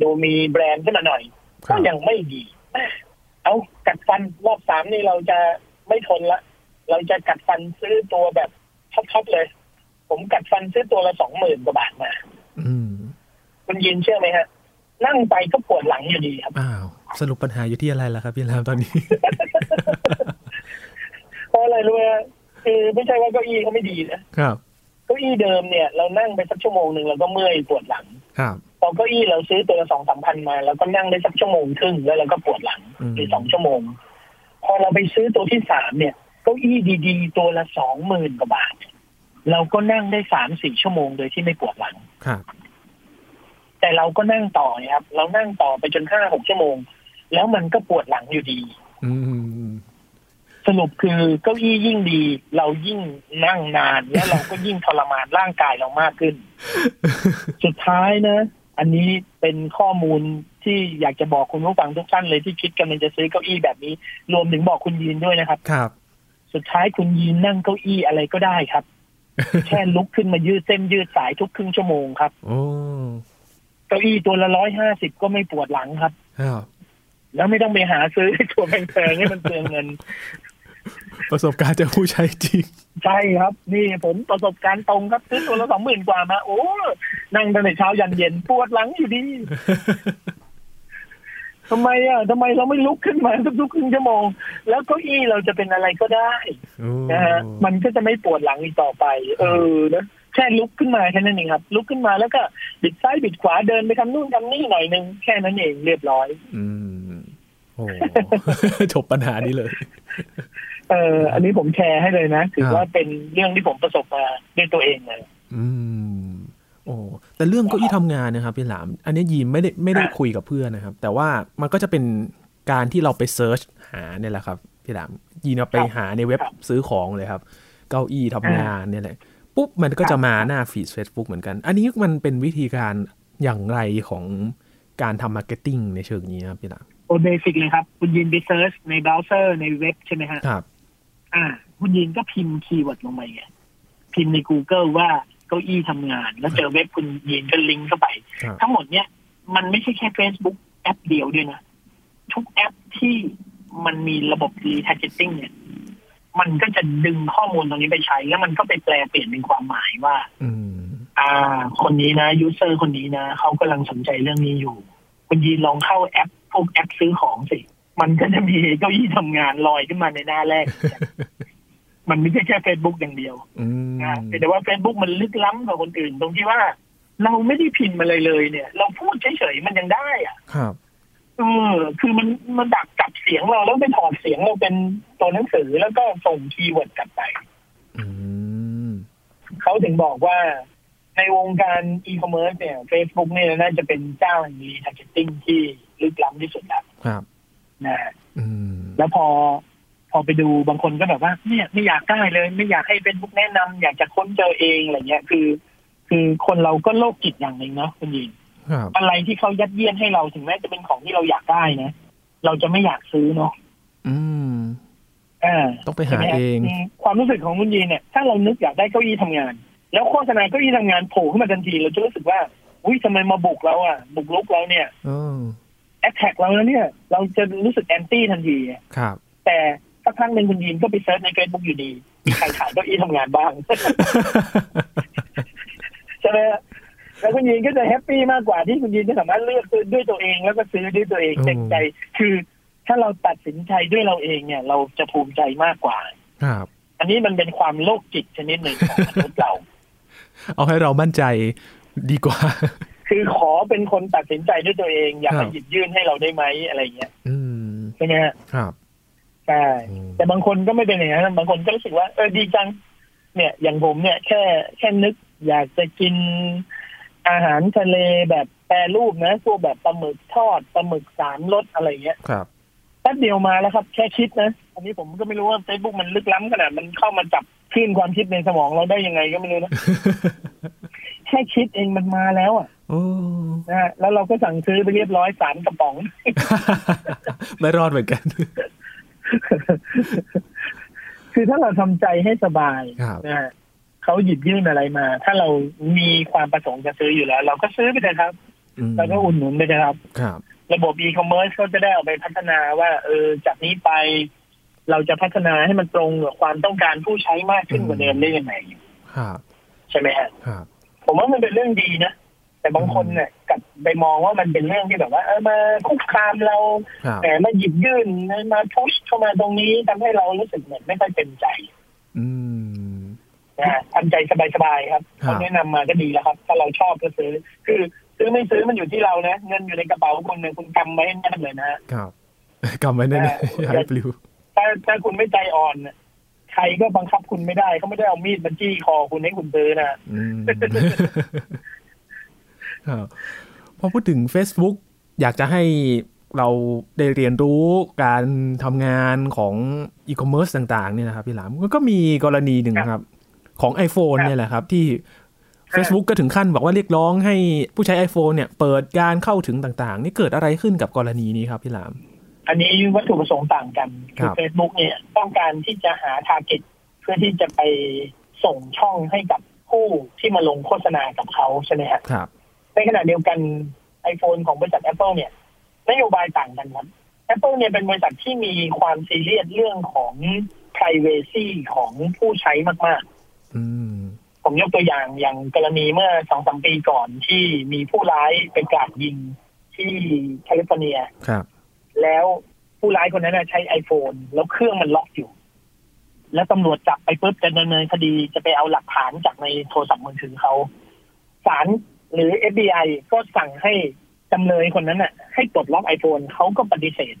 Speaker 2: ดูมีแบรนด์ขึ้นมาหน่อย
Speaker 1: ค
Speaker 2: ก็
Speaker 1: รับ
Speaker 2: ยังไม่ดี เอากัดฟันรอบสามนี่เราจะไม่ทนละ เราจะกัดฟันซื้อตัวแบบท็อปๆเลย ผมกัดฟันซื้อตัวละสองหมื่นกว่าบาทมา
Speaker 1: อืม
Speaker 2: คุณยินเชื่อไหมฮะ นั่งไปก็ปวดหลังอยู่ดีครับ
Speaker 1: อ้าว สรุปปัญหาอยู่ที่อะไรล่ะครับพี่หลามตอนนี้
Speaker 2: เพราะอะไรรู้ไหมฮะคือไม่ใช่ว่าเก้าอี้เขาไม่ดีนะครับ เก้าอี้เดิมเนี่ย เรานั่งไปสักชั่วโมงหนึ่งเราก็เมื่อยปวดหลัง
Speaker 1: ครับ
Speaker 2: พอเก้าอี้เราซื้อตัวละสองสามพันมาแล้วก็นั่งได้สักชั่วโมงครึ่งแล้วเราก็ปวดหลัง
Speaker 1: อืม
Speaker 2: หรือสองชั่วโมง พอเราไปซื้อตัวที่สามเนี่ยเก้าอี้ดีๆ ตัวละสองหมื่นกว่าบาท เราก็นั่งได้สามสี่ชั่วโมงโดยที่ไม่ปวดหลัง
Speaker 1: ครับ
Speaker 2: แต่เราก็นั่งต่อนะครับ เรานั่งต่อไปจนห้าหกชั่วโมง แล้วมันก็ปวดหลังอยู่ดี
Speaker 1: อืม
Speaker 2: สรุปคือเก้าอี้ยิ่งดี เรายิ่งนั่งนาน แล้วเราก็ยิ่งทรมานร่างกายเรามากขึ้น สุดท้ายนะ อันนี้เป็นข้อมูลที่อยากจะบอกคุณผู้ฟังทุกท่านเลยที่คิดกำลังจะซื้อเก้าอี้แบบนี้ รวมถึงบอกคุณยีนด้วยนะครับ
Speaker 1: ครับ
Speaker 2: สุดท้ายคุณยีนนั่งเก้าอี้อะไรก็ได้ครับ แค่ลุกขึ้นมายืดเส้นยืดสายทุกครึ่งชั่วโมงครับ
Speaker 1: โอ้
Speaker 2: เก้าอี้ตัวละร้อยห้าสิบก็ไม่ปวดหลังครับ
Speaker 1: ครับ
Speaker 2: แล้วไม่ต้องไปหาซื้อตัวแพงๆให้มันเปลืองเงิน
Speaker 1: ประสบการณ์จากผู้ใช้จริง
Speaker 2: ใช่ครับ นี่ผมประสบการณ์ตรงครับซื้อตัวละสองหมื่นกว่ามาโอ้นั่งตั้งแต่เช้ายันเย็นปวดหลังอยู่ดี ทำไมอ่ะทำไมเราไม่ลุกขึ้นมาทุกๆครึ่งชั่วโมง แล้วเก้าอี้เราจะเป็นอะไรก็ได้
Speaker 1: โอ้
Speaker 2: นะฮะมันก็จะไม่ปวดหลังอีกต่อไป เออนะแค่ลุกขึ้นมาแค่นั้นเองครับ ลุกขึ้นมาแล้วก็บิดซ้ายบิดขวาเดินไปทำนู่นทำนี่หน่อยนึงแค่นั้นเองเรียบร้อย
Speaker 1: อืมโอ้ จบปัญหานี้เลย
Speaker 2: เอออันนี้ผมแชร์ให้เลยนะถือ
Speaker 1: ครับ
Speaker 2: ว่าเป็นเรื่องที่ผมประสบมาด้วยตัวเองเลย
Speaker 1: อืมโอ้แต่เรื่องเก้าอี้ทำงานนะครับพี่หลาม อันนี้ยีมไม่ได้ไม่ได้
Speaker 2: อ่ะ
Speaker 1: คุยกับเพื่อนนะครับ แต่ว่ามันก็จะเป็นการที่เราไปเซิร์ชหาเนี่ยแหละครับพี่หลามยีมเราไปหาในเว็บซื้อของเลยครับ เก้าอี้ทำงานเนี่ยแหละปุ๊บมันก็จะมาหน้าฟีด Facebook เหมือนกัน อันนี้มันเป็นวิธีการอย่างไรของการทำมาร์เก็ตติ้งในเชิงนี้ครับพี่หลาม
Speaker 2: โอเบสิกเลยครับ คุณยินไปเซิร์ชในเบราว์เซอร์ในเว็บใช่ไหมฮะ
Speaker 1: ครับ
Speaker 2: อ่า คุณยินก็พิมพ์คีย์เวิร์ดลงไปไงพิมพ์ใน Google ว่าเก้าอี้ทำงาน แล้วเจอเว็บคุณยินก็ลิงก์เข้าไป
Speaker 1: ครับ
Speaker 2: ทั้งหมดเนี้ยมันไม่ใช่แค่ Facebook แอปเดียวด้วยนะ ทุกแอปที่มันมีระบบ retargeting เนี่ย มันก็จะดึงข้อมูลตรงนี้ไปใช้ แล้วมันก็ไปแปลเปลี่ยนเป็นความหมายว่า
Speaker 1: อืม
Speaker 2: อ่า คนนี้นะยูเซอร์คนนี้นะเขากำลังสนใจเรื่องนี้อยู่ คุณยีนลองเข้าแอป พวกแอปซื้อของสิ มันก็จะมีเก้าอี้ทำงานลอยขึ้นมาในหน้าแรก มันไม่ใช่แค่ Facebook อย่างเดียว
Speaker 1: อืม
Speaker 2: นะแต่ว่า Facebook มันลึกล้ำกว่าคนอื่น ตรงที่ว่า เราไม่ได้พิมพ์อะไรเลยเนี่ย เราพูดเฉยๆมันยังได้อะ
Speaker 1: ครับ
Speaker 2: เออ คือมันมันดักจับเสียงเราแล้วไปถอดเสียงเราเป็นตัวหนังสือแล้วก็ส่งคีย์เวิร์ดกลับไป
Speaker 1: อืม
Speaker 2: เขาถึงบอกว่าในวงการอีคอมเมิร์ซเนี่ย Facebook เนี่ยน่าจะเป็นเจ้าแห่งรีทาร์เก็ตติ้งที่ลึกล้ำที่สุดแล้ว
Speaker 1: ครับ
Speaker 2: นะ
Speaker 1: อืม
Speaker 2: แล้วพอพอไปดูบางคนก็แบบว่า เนี่ยไม่อยากได้เลย ไม่อยากให้ Facebook แนะนำอยากจะค้นเจอเองอะไรเงี้ยคือ คือคนเราก็โลภจิตอย่างหนึ่งเนาะคุณยิน
Speaker 1: ครับ
Speaker 2: อะไรที่เขายัดเยียดให้เราถึงแม้จะเป็นของที่เราอยากได้นะเราจะไม่อยากซื้อเนาะ
Speaker 1: อืม
Speaker 2: อ่า
Speaker 1: ต้องไปหาเอง
Speaker 2: ใช่ไหมครับความรู้สึกของคุณยีนเนี่ย ถ้าเรานึกอยากได้เก้าอี้ทำงาน แล้วโฆษณาเก้าอี้ทำงานโผล่ขึ้นมาทันทีเราจะรู้สึกว่า อุ้ยทำไมมาบุกเราอ่ะ บุกลุกเราเนี่ย
Speaker 1: เออ
Speaker 2: แอคแท็กเราแล้วเนี่ย เราจะรู้สึกแอนตี้ทันที
Speaker 1: ครับ
Speaker 2: แต่สักพักหนึ่งคุณยีนก็ไปเซิร์ชในเฟซบุ๊กอยู่ดีมีใครขายเก้าอี้ทำงานบ้าง ใช่ไหมฮะแล้วคุณยีนก็จะแฮปปี้มากกว่าที่คุณยีนจะสามารถเลือกซื้อด้วยตัวเอง แล้วก็ซื้อด้วยตัวเองเต็มใจ คือถ้าเราตัดสินใจด้วยเราเองเนี่ย เราจะภูมิใจมากกว่า
Speaker 1: ครับ
Speaker 2: อันนี้มันเป็นความโลกจิตชนิดหนึ่งของมนุษย์เรา
Speaker 1: เอาให้เรามั่นใจดีกว่า
Speaker 2: คือขอเป็นคนตัดสินใจด้วยตัวเอง อย่า
Speaker 1: ครั
Speaker 2: มา
Speaker 1: บ
Speaker 2: หยิบยื่นให้เราได้ไหมอะไรเงี้ย
Speaker 1: อืม
Speaker 2: ใช่ไหมฮะ
Speaker 1: ครับ
Speaker 2: ใช่แต่บางคนก็ไม่เป็นอย่างนั้นบางคนก็รู้สึกว่าเออดีจัง เนี่ย อย่างผมเนี่ย แค่แค่นึก อยากจะกินอาหารทะเลแบบแปรรูปนะพวกแบบปลาหมึกทอดปลาหมึกสามรสอะไรเงี้ย
Speaker 1: ครับ
Speaker 2: แป๊บเดียวมาแล้วครับ แค่คิดนะอันนี้ผมก็ไม่รู้ว่าเฟซบุ๊กมันลึกล้ำขนาดมันเข้ามาจับคลื่นความคิดในสมองเราได้ยังไงก็ไม่รู้นะ แค่คิดเองมันมาแล้วอ่ะ
Speaker 1: โอ้
Speaker 2: นะฮะแล้วเราก็สั่งซื้อไปเรียบร้อยสามกระป๋อง
Speaker 1: ไม่รอดเหมือนกัน
Speaker 2: คือถ้าเราทำใจให้สบาย
Speaker 1: ครับ
Speaker 2: นะฮะเขาหยิบยื่นอะไรมา ถ้าเรามีความประสงค์จะซื้ออยู่แล้ว เราก็ซื้อไปเลยครับ
Speaker 1: อืม
Speaker 2: แล้วก็อุดหนุนไปเลยครับ
Speaker 1: ครับ
Speaker 2: ระบบ e-commerce เขาจะได้เอาไปพัฒนาว่า เออจากนี้ไป เราจะพัฒนาให้มันตรงกับความต้องการผู้ใช้มากขึ้นกว่าเดิมได้ยังไง
Speaker 1: ครับ
Speaker 2: ใช่ไหมฮะ
Speaker 1: ครับ
Speaker 2: ผมว่ามันเป็นเรื่องดีนะ แต่บางคนเนี่ยกลับไปมองว่ามันเป็นเรื่องที่แบบว่าเออมาคุกคามเรา
Speaker 1: ครับ
Speaker 2: แต่มาหยิบยื่นมาพุชเข้ามาตรงนี้ทำให้เรารู้สึกเหมือนไม่ค่อยเต็มใจ
Speaker 1: อืม
Speaker 2: นะฮะทำใจสบายๆครับ
Speaker 1: ครับ
Speaker 2: เขาแนะนำมาก็ดีแล้วครับ ถ้าเราชอบก็ซื้อ คือซื้อไม่ซื้อมันอยู่ที่เรานะเงินอยู่ในกระเป๋าคนหนึ่งคุณกำไว้แน่นเลยนะฮะ
Speaker 1: ครับ กำไว้แน่น
Speaker 2: อ่า
Speaker 1: ๆอย่าให้ปลิว
Speaker 2: ถ้าถ้าคุณไม่ใจอ่อนน่ะใครก็บังคับคุณไม่ได้เขาไม่ได้เอามีดมาจี้คอคุณให้คุณซื้อนะ
Speaker 1: อืม ครับพอพูดถึง Facebook อยากจะให้เราได้เรียนรู้การทำงานของอีคอมเมิร์ซต่างๆเนี่ยนะครับพี่หลามก็มีกรณีหนึ่งครับ ของ iPhone
Speaker 2: ครับ
Speaker 1: เนี่ยแหละครับที่ Facebook ก็ถึงขั้นบอกว่าเรียกร้องให้ผู้ใช้ iPhone เนี่ยเปิดการเข้าถึงต่างๆ นี่เกิดอะไรขึ้นกับกรณีนี้ครับพี่หลาม
Speaker 2: ันนี้วัตถุประสงค์ต่างกัน
Speaker 1: ครับ
Speaker 2: เฟซบุ๊กเนี่ยต้องการที่จะหาทาร์เก็ตเพื่อที่จะไปส่งช่องให้กับผู้ที่มาลงโฆษณากับเขาใช่ไหมฮะ
Speaker 1: ครับ
Speaker 2: ในขณะเดียวกัน iPhone ของบริษัท Apple เนี่ยนโยบายต่างกันครับ Apple เนี่ยเป็นบริษัทที่มีความซีเรียสเรื่องของ p r i v a c y ของผู้ใช้มาก
Speaker 1: อืม
Speaker 2: ๆ ผมยกตัวอย่างอย่างกรณีเมื่อสองสามปีก่อนที่มีผู้ร้ายไปกราดยิงที่แคลิฟอร์เนีย
Speaker 1: ครับ
Speaker 2: แล้วผู้ร้ายคนนั้นนะใช้ iPhone แล้วเครื่องมันล็อกอยู่ แล้วตำรวจจับไปปุ๊บจะดำเนินคดีจะไปเอาหลักฐานจากในโทรศัพท์มือถือเขาศาลหรือ FBI ก็สั่งให้จำเลยคนนั้นน่ะ ให้ปลดล็อก iPhone เขาก็ปฏิเสธ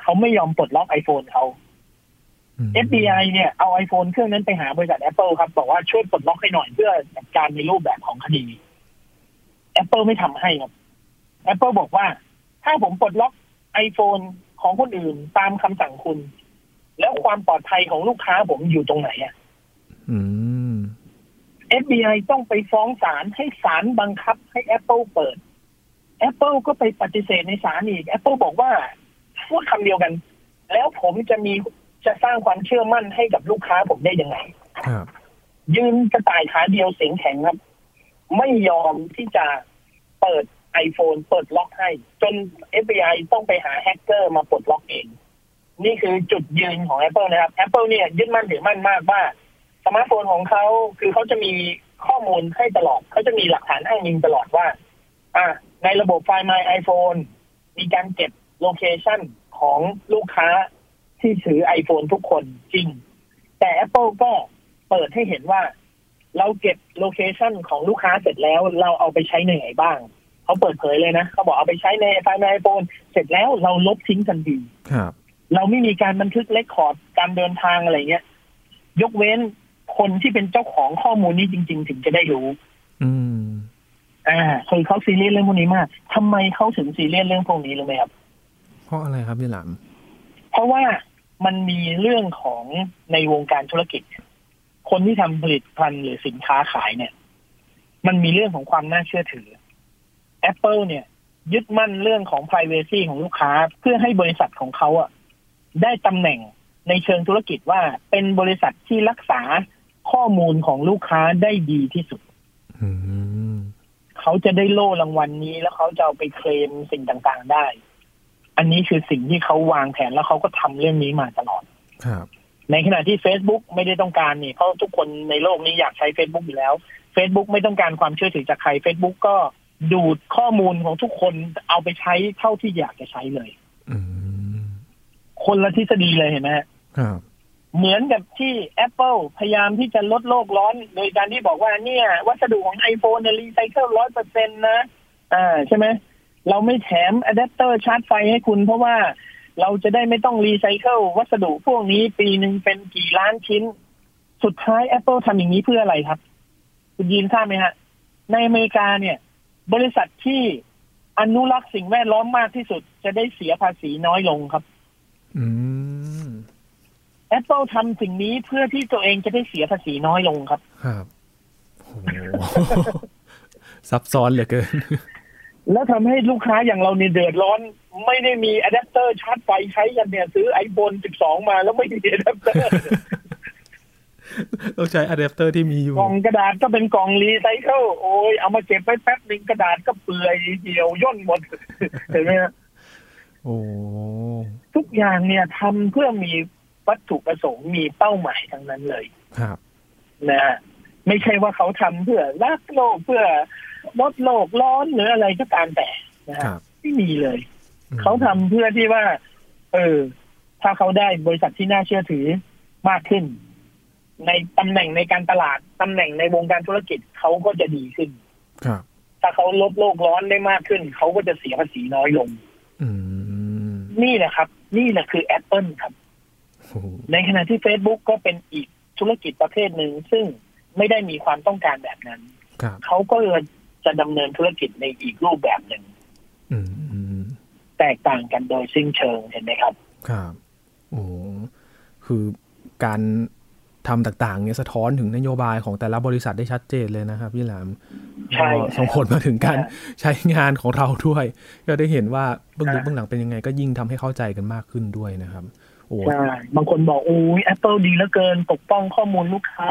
Speaker 2: เขาไม่ยอมปลดล็อก iPhone เขา
Speaker 1: ม
Speaker 2: FBI เนี่ยเอา iPhone เครื่องนั้นไปหาบริษัท Apple ครับ บอกว่าช่วยปลดล็อกให้หน่อยเพื่อจัดการในรูปแบบของคดี Apple ไม่ทำให้ครับ Apple บอกว่า ถ้าผมปลดล็อก iPhone ของคนอื่นตามคำสั่งคุณ แล้วความปลอดภัยของลูกค้าผมอยู่ตรงไหนอะ
Speaker 1: อืม
Speaker 2: FBI ต้องไปฟ้องศาลให้ศาลบังคับให้ Apple เปิด Apple ก็ไปปฏิเสธในศาลอีก Apple บอกว่าพูดคำเดียวกัน แล้วผมจะมีจะสร้างความเชื่อมั่นให้กับลูกค้าผมได้ยังไง
Speaker 1: ครับ
Speaker 2: ยืนกระต่ายขาเดียวเสียงแข็งครับ ไม่ยอมที่จะเปิด iPhone เปิดล็อกให้ จน FBI ต้องไปหาแฮกเกอร์มาปลดล็อกเอง นี่คือจุดยืนของ Apple นะครับ Apple เนี่ยยึดมั่นถือมั่นมากว่าสมาร์ทโฟนของเขาคือเขาจะมีข้อมูลให้ตลอด เขาจะมีหลักฐานอ้างอิงตลอดว่า อ่ะในระบบไฟล์ My iPhone มีการเก็บโลเคชันของลูกค้าที่ถือ iPhone ทุกคนจริง แต่ Apple ก็เปิดให้เห็นว่า เราเก็บโลเคชันของลูกค้าเสร็จแล้วเราเอาไปใช้ในไหนบ้าง เขาเปิดเผยเลยนะ เขาบอกเอาไปใช้ในไฟล์ My iPhone เสร็จแล้วเราลบทิ้งทันที
Speaker 1: ครับ
Speaker 2: เราไม่มีการบันทึกเลคคอร์ดการเดินทางอะไรเงี้ย ยกเว้นคนที่เป็นเจ้าของข้อมูลนี้จริง ๆ ถึงจะได้รู้
Speaker 1: อืม
Speaker 2: อ่าคือเขาซีเรียสเรื่องพวกนี้มากทำไมเขาถึงซีเรียสเรื่องพวกนี้รู้ไหมครับ
Speaker 1: เพราะอะไรครับพี่หลาม
Speaker 2: เพราะว่ามันมีเรื่องของในวงการธุรกิจ คนที่ทำผลิตภัณฑ์หรือสินค้าขายเนี่ย มันมีเรื่องของความน่าเชื่อถือ Apple เนี่ย ยึดมั่นเรื่องของ p r i v a c y ของลูกค้า เพื่อให้บริษัทของเขาอะได้ตำแหน่งในเชิงธุรกิจว่าเป็นบริษัทที่รักษาข้อมูลของลูกค้าได้ดีที่สุด
Speaker 1: อืม
Speaker 2: เขาจะได้โล่รางวัลนี้ แล้วเขาจะเอาไปเคลมสิ่งต่างๆได้ อันนี้คือสิ่งที่เขาวางแผนแล้วเขาก็ทำเรื่องนี้มาตลอด
Speaker 1: ครับ
Speaker 2: ในขณะที่ Facebook ไม่ได้ต้องการนี่เพราะทุกคนในโลกนี้อยากใช้ Facebook อยู่แล้ว Facebook ไม่ต้องการความเชื่อถือจากใคร Facebook ก็ดูดข้อมูลของทุกคนเอาไปใช้เท่าที่อยากจะใช้เลย
Speaker 1: อืม
Speaker 2: คนละทฤษฎีเลยเห็นไหมฮะ
Speaker 1: ครับ
Speaker 2: เหมือนกับที่ Apple พยายามที่จะลดโลกร้อน โดยการที่บอกว่าเนี่ย วัสดุของ iPhone เนี่ยรีไซเคิลร้อยเปอร์เซ็นต์นะ อ่าใช่ไหมเราไม่แถมอะแดปเตอร์ชาร์จไฟให้คุณ เพราะว่าเราจะได้ไม่ต้องรีไซเคิลวัสดุพวกนี้ปีหนึ่งเป็นกี่ล้านชิ้น สุดท้าย Apple ทำอย่างนี้เพื่ออะไรครับ คุณยินทราบไหมฮะ ในอเมริกาเนี่ย บริษัทที่อนุรักษ์สิ่งแวดล้อมมากที่สุด จะได้เสียภาษีน้อยลงครับ
Speaker 1: อืม
Speaker 2: Apple ทำสิ่งนี้เพื่อที่ตัวเองจะได้เสียภาษีน้อยลงครับ
Speaker 1: ครับโห ซับซ้อนเหลือเกิน
Speaker 2: แล้วทำให้ลูกค้าอย่างเราเนี่ยเดือดร้อน ไม่ได้มีอะแดปเตอร์ชาร์จไฟใช้กันเนี่ย ซื้อ iPhone 12 มาแล้วไม่มีอะแดปเต อร์
Speaker 1: ต้องใช้อะแดปเตอร์ที่มีอยู่
Speaker 2: กล่องกระดาษก็เป็นกล่องรีไซเคิลโอ้ยเอามาเก็บไว้แป๊บหนึ่งกระดาษก็เปื่อยเหี่ยวย่นหมด เห็นไหมฮะ
Speaker 1: โอ้
Speaker 2: ทุกอย่างเนี่ยทำเพื่อมีวัตถุประสงค์มีเป้าหมายทั้งนั้นเลย
Speaker 1: ครับ
Speaker 2: นะฮะไม่ใช่ว่าเขาทำเพื่อรักโลกเพื่อลดโลกร้อนหรืออะไรก็ตามแต่
Speaker 1: ค
Speaker 2: นะฮะ
Speaker 1: รับ
Speaker 2: ไม่มีเลย
Speaker 1: อืม
Speaker 2: เขาทำเพื่อที่ว่า เออ ถ้าเขาได้บริษัทที่น่าเชื่อถือมากขึ้น ในตำแหน่งในการตลาดตำแหน่งในวงการธุรกิจเขาก็จะดีขึ้น
Speaker 1: ครับ
Speaker 2: ถ้าเขาลดโลกร้อนได้มากขึ้น เขาก็จะเสียภาษีน้อยลง
Speaker 1: อืม
Speaker 2: นี่แหละครับ นี่แหละคือ Apple ครับ
Speaker 1: โอ้
Speaker 2: ในขณะที่ Facebook ก็เป็นอีกธุรกิจประเภทหนึ่ง ซึ่งไม่ได้มีความต้องการแบบนั้น
Speaker 1: ครับ
Speaker 2: เขาก็เลยจะดำเนินธุรกิจในอีกรูปแบบหนึ่ง
Speaker 1: อืมอืม
Speaker 2: แตกต่างกันโดยสิ้นเชิงเห็นไหมครับ
Speaker 1: ครับโอ้โหคือการทำต่างๆเนี่ยสะท้อนถึงนโยบายของแต่ละบริษัทได้ชัดเจนเลยนะครับพี่หลาม
Speaker 2: ใช่
Speaker 1: ก็ส่งผลมาถึงการ
Speaker 2: ใช่
Speaker 1: ใช้งานของเราด้วย ก็ได้เห็นว่าเบื้องลึกเบื้องหลังเป็นยังไงก็ยิ่งทำให้เข้าใจกันมากขึ้นด้วยนะครับ โอ้
Speaker 2: ใช่บางคนบอกโอ้ย Apple ดีเหลือเกิน ปกป้องข้อมูลลูกค้า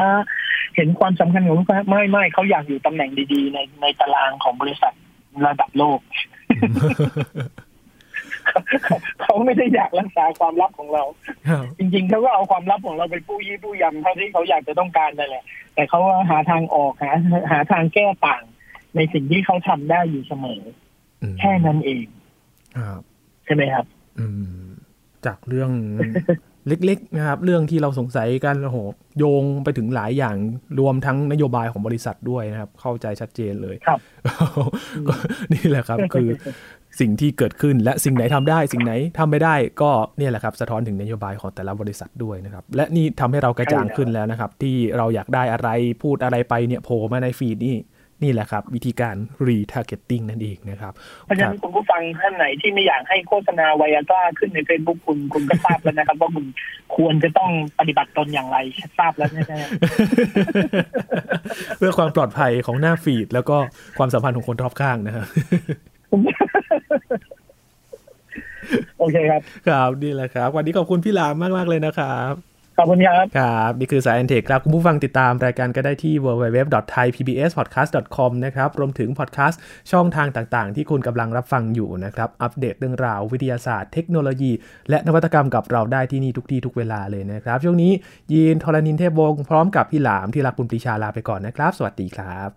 Speaker 2: เห็นความสำคัญของลูกค้าไม่ไม่เขาอยากอยู่ตำแหน่งดีๆ ในในตารางของบริษัทระดับโลก เขาไม่ได้อยากรักษาความลับของเรา
Speaker 1: ครับ
Speaker 2: จริงๆเขาก็เอาความลับของเราไปปู้ยี่ปู้ยำเท่าที่เขาอยากจะต้องการนั่นแหละ แต่เขาก็หาทางออกหาหาทางแก้ต่าง ในสิ่งที่เขาทำได้อยู่เสมอ
Speaker 1: อืม
Speaker 2: แค่นั้นเอง
Speaker 1: ครับ
Speaker 2: ใช่ไหมครับ
Speaker 1: อืมจากเรื่อง เล็กๆนะครับ เรื่องที่เราสงสัยกันโอ้โหโยงไปถึงหลายอย่างรวมทั้งนโยบายของบริษัทด้วยนะครับ เข้าใจชัดเจนเลย
Speaker 2: ครับ
Speaker 1: ก็นี่แหละครับ คือสิ่งที่เกิดขึ้นและสิ่งไหนทำได้ สิ่งไหนทำไม่ได้ก็เนี่ยแหละครับ สะท้อนถึงนโยบายของแต่ละบริษัทด้วยนะครับ และนี่ทำให้เรากระจ่างขึ้นแล้วนะครับ ที่เราอยากได้อะไรพูดอะไรไปเนี่ยโผล่มาในฟีดนี่นี่แหละครับ วิธีการ retargeting นั่นเองนะครับ
Speaker 2: เพราะฉะนั้นคุณผู้ฟังท่านไหนที่ไม่อยากให้โฆษณาไวอาก้าขึ้นในเฟซบุ๊กคุณคุณก็ทราบแล้วนะครับ ว่าคุณควรจะต้องปฏิบัติตนอย่างไรทราบแล้วใช่ไหม
Speaker 1: เพื่อความปลอดภัยของหน้าฟีด แล้วก็ความสัมพันธ์ของคนรอบข้างนะครับ
Speaker 2: โอเคครับ
Speaker 1: ครับนี่แหละครับ วันนี้ขอบคุณพี่หลามมากมากๆเลยนะครับ
Speaker 2: ขอบคุณครับ
Speaker 1: ครับ นี่คือสายแอนเทคครับ คุณผู้ฟังติดตามรายการก็ได้ที่ www.thaipbspodcast.com นะครับ รวมถึงพอดแคสต์ช่องทางต่างๆ ที่คุณกำลังรับฟังอยู่นะครับ อัปเดตเรื่องราววิทยาศาสตร์เทคโนโลยี และนวัตกรรมกับเราได้ที่นี่ทุกที่ทุกเวลาเลยนะครับ ช่วงนี้ยีนทรณินเทพวงศ์พร้อมกับพี่หลามที่รักคุณปรีชาลาไปก่อนนะครับ สวัสดีครับ